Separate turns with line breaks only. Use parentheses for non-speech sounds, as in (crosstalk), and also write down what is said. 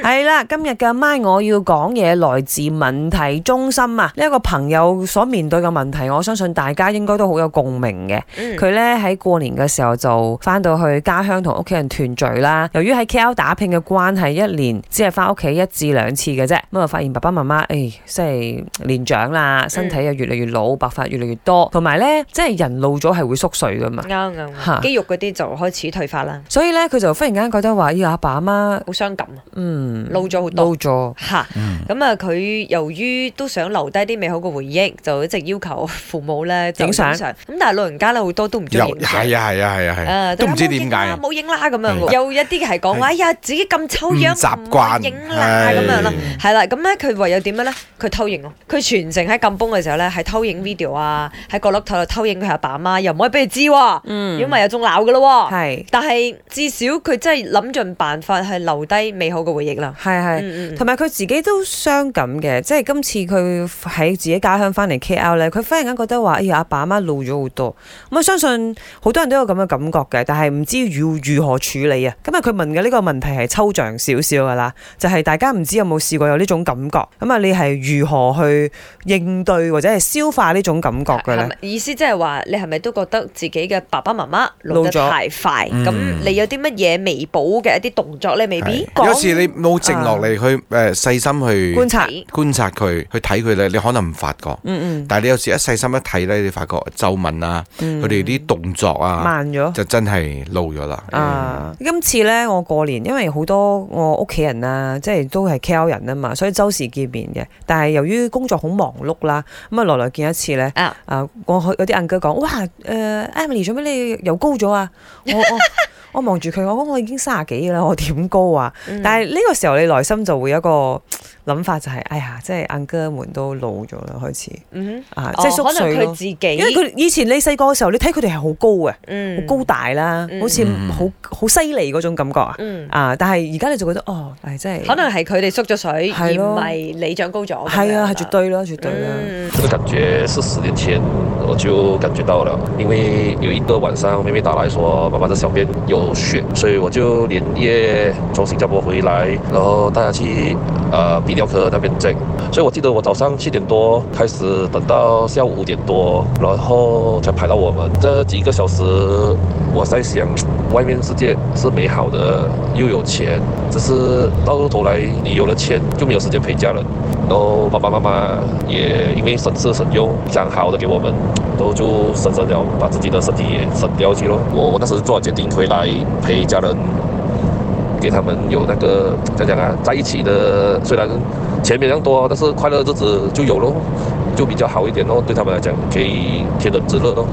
系啦，今日嘅咪我要講嘢來自問題中心啊！呢、一個朋友所面對嘅問題，我相信大家應該都好有共鳴嘅。
嗯
佢咧喺過年嘅時候就翻到去家鄉同屋企人團聚啦。由於喺 KL 打拼嘅關係，一年只係翻屋企一至兩次嘅啫。咁啊，發現爸爸媽媽誒，即係年長
嗯
啦，身體又越嚟越老，白髮越嚟越多，同埋咧，即係人老咗係會縮水噶嘛。
啱啱
嚇
啱，肌肉嗰啲就開始退化啦，
所以咧，佢就忽然間覺得話：哎咦，阿爸阿媽，
好傷感啊，
嗯，
老咗好
老
多。
咗，
嚇，
嗯
咁啊！佢由於都想留低啲美好嘅回憶，就一直要求 (laughs) 父母咧就
影相
咁但係老人家咧好多都唔中意
又
影相
係啊係啊係啊係啊，
誒
都唔知點解
冇影啦冇影啦咁樣喎，
係
有一啲係講話，
係
哎呀自己咁醜
唔
樣
嗯習慣
唔影啦咁樣啦，
係
係啦，咁咧佢唯有點樣咧？佢偷影咯，佢全程喺禁崩嘅時候咧，係偷影 video 啊，喺角落頭度偷影佢阿爸阿媽，又唔可以俾佢知喎，
嗯
如果唔係又仲鬧嘅咯喎。
係
但係至少佢真係諗盡辦法係留低美好嘅回憶啦。
係係。
嗯嗯
同埋佢自己都傷感嘅，即係今次佢喺自己家鄉翻嚟 KL 咧，佢忽然間覺得話：哎呀，阿爸阿媽老咗好多。咁我相信好多人都有咁嘅感覺嘅，但係唔知要如何處理啊。今日佢問嘅呢個問題係抽象少少噶啦，就係、大家唔知有冇試過有呢種感覺。咁啊，你係如何去應對或者係消化呢種感覺嘅
係
咧？
咪意思即係話你係咪都覺得自己嘅爸爸媽媽老
老
得
咗
太快？咁、
嗯
你有啲乜嘢彌補嘅一啲動作咧？未必啊
係有時你冇靜落嚟去誒細心
觀
去
察，
你
觀察佢，去睇佢咧，你可能唔發覺，
嗯嗯
但係你有時一細心一睇咧，你發覺皺紋啊，
嗯，
佢哋啲動作啊，
慢咗。
就真係老咗啦。嗯
啊！
嗯
今次咧，我過年因為好多我屋企人啊，即係都係 KL 人啊嘛，所以周時見面嘅。但係由於工作好忙碌啦，咁啊來來見一次咧。
啊
啊，我去有啲 uncle 講，哇！誒、Emily 做咩你又高咗啊？我我 (laughs) 我望住佢，我講我已經卅幾啦，我點高啊？
嗯
但係呢個時候你內心就會有一個諗法就係、哎呀，即係 uncle 們都老咗啦，開始
嗯
啊，
哼，
即係
哦
縮
可能
水
佢
咯
自己，
因為佢以前你細個嘅時候，你睇佢哋係好高嘅。好
嗯
高，大啦，
嗯
好似
嗯
好好犀利嗰種感覺啊！
嗯，
啊，但係而家你就覺得哦，係真係
可能係佢哋縮咗水，而
係咯
唔係你長高咗咁樣啦。
係啊，係絕對啦，絕對啦。
嗯
这个感觉是十年前我就感觉到了，因为有一个晚上妹妹打来说妈妈的小便有血，所以我就连夜从新加坡回来，然后带她去呃泌尿科那边 check。所以我记得我早上七点多开始，等到下午五点多，然后才排到我们。这几个小时我在想，外面世界是美好的，又有钱，只是到头来你有了钱就没有时间陪家人。然后爸爸妈妈也因为省吃省用，讲好的给我们，然后就省省了，把自己的身体也省掉去咯。我我那时做了决定回来陪家人，给他们有那个怎样讲啊，在一起的虽然钱没那样多，但是快乐日子就有咯，就比较好一点咯，对他们来讲可以天伦之乐咯。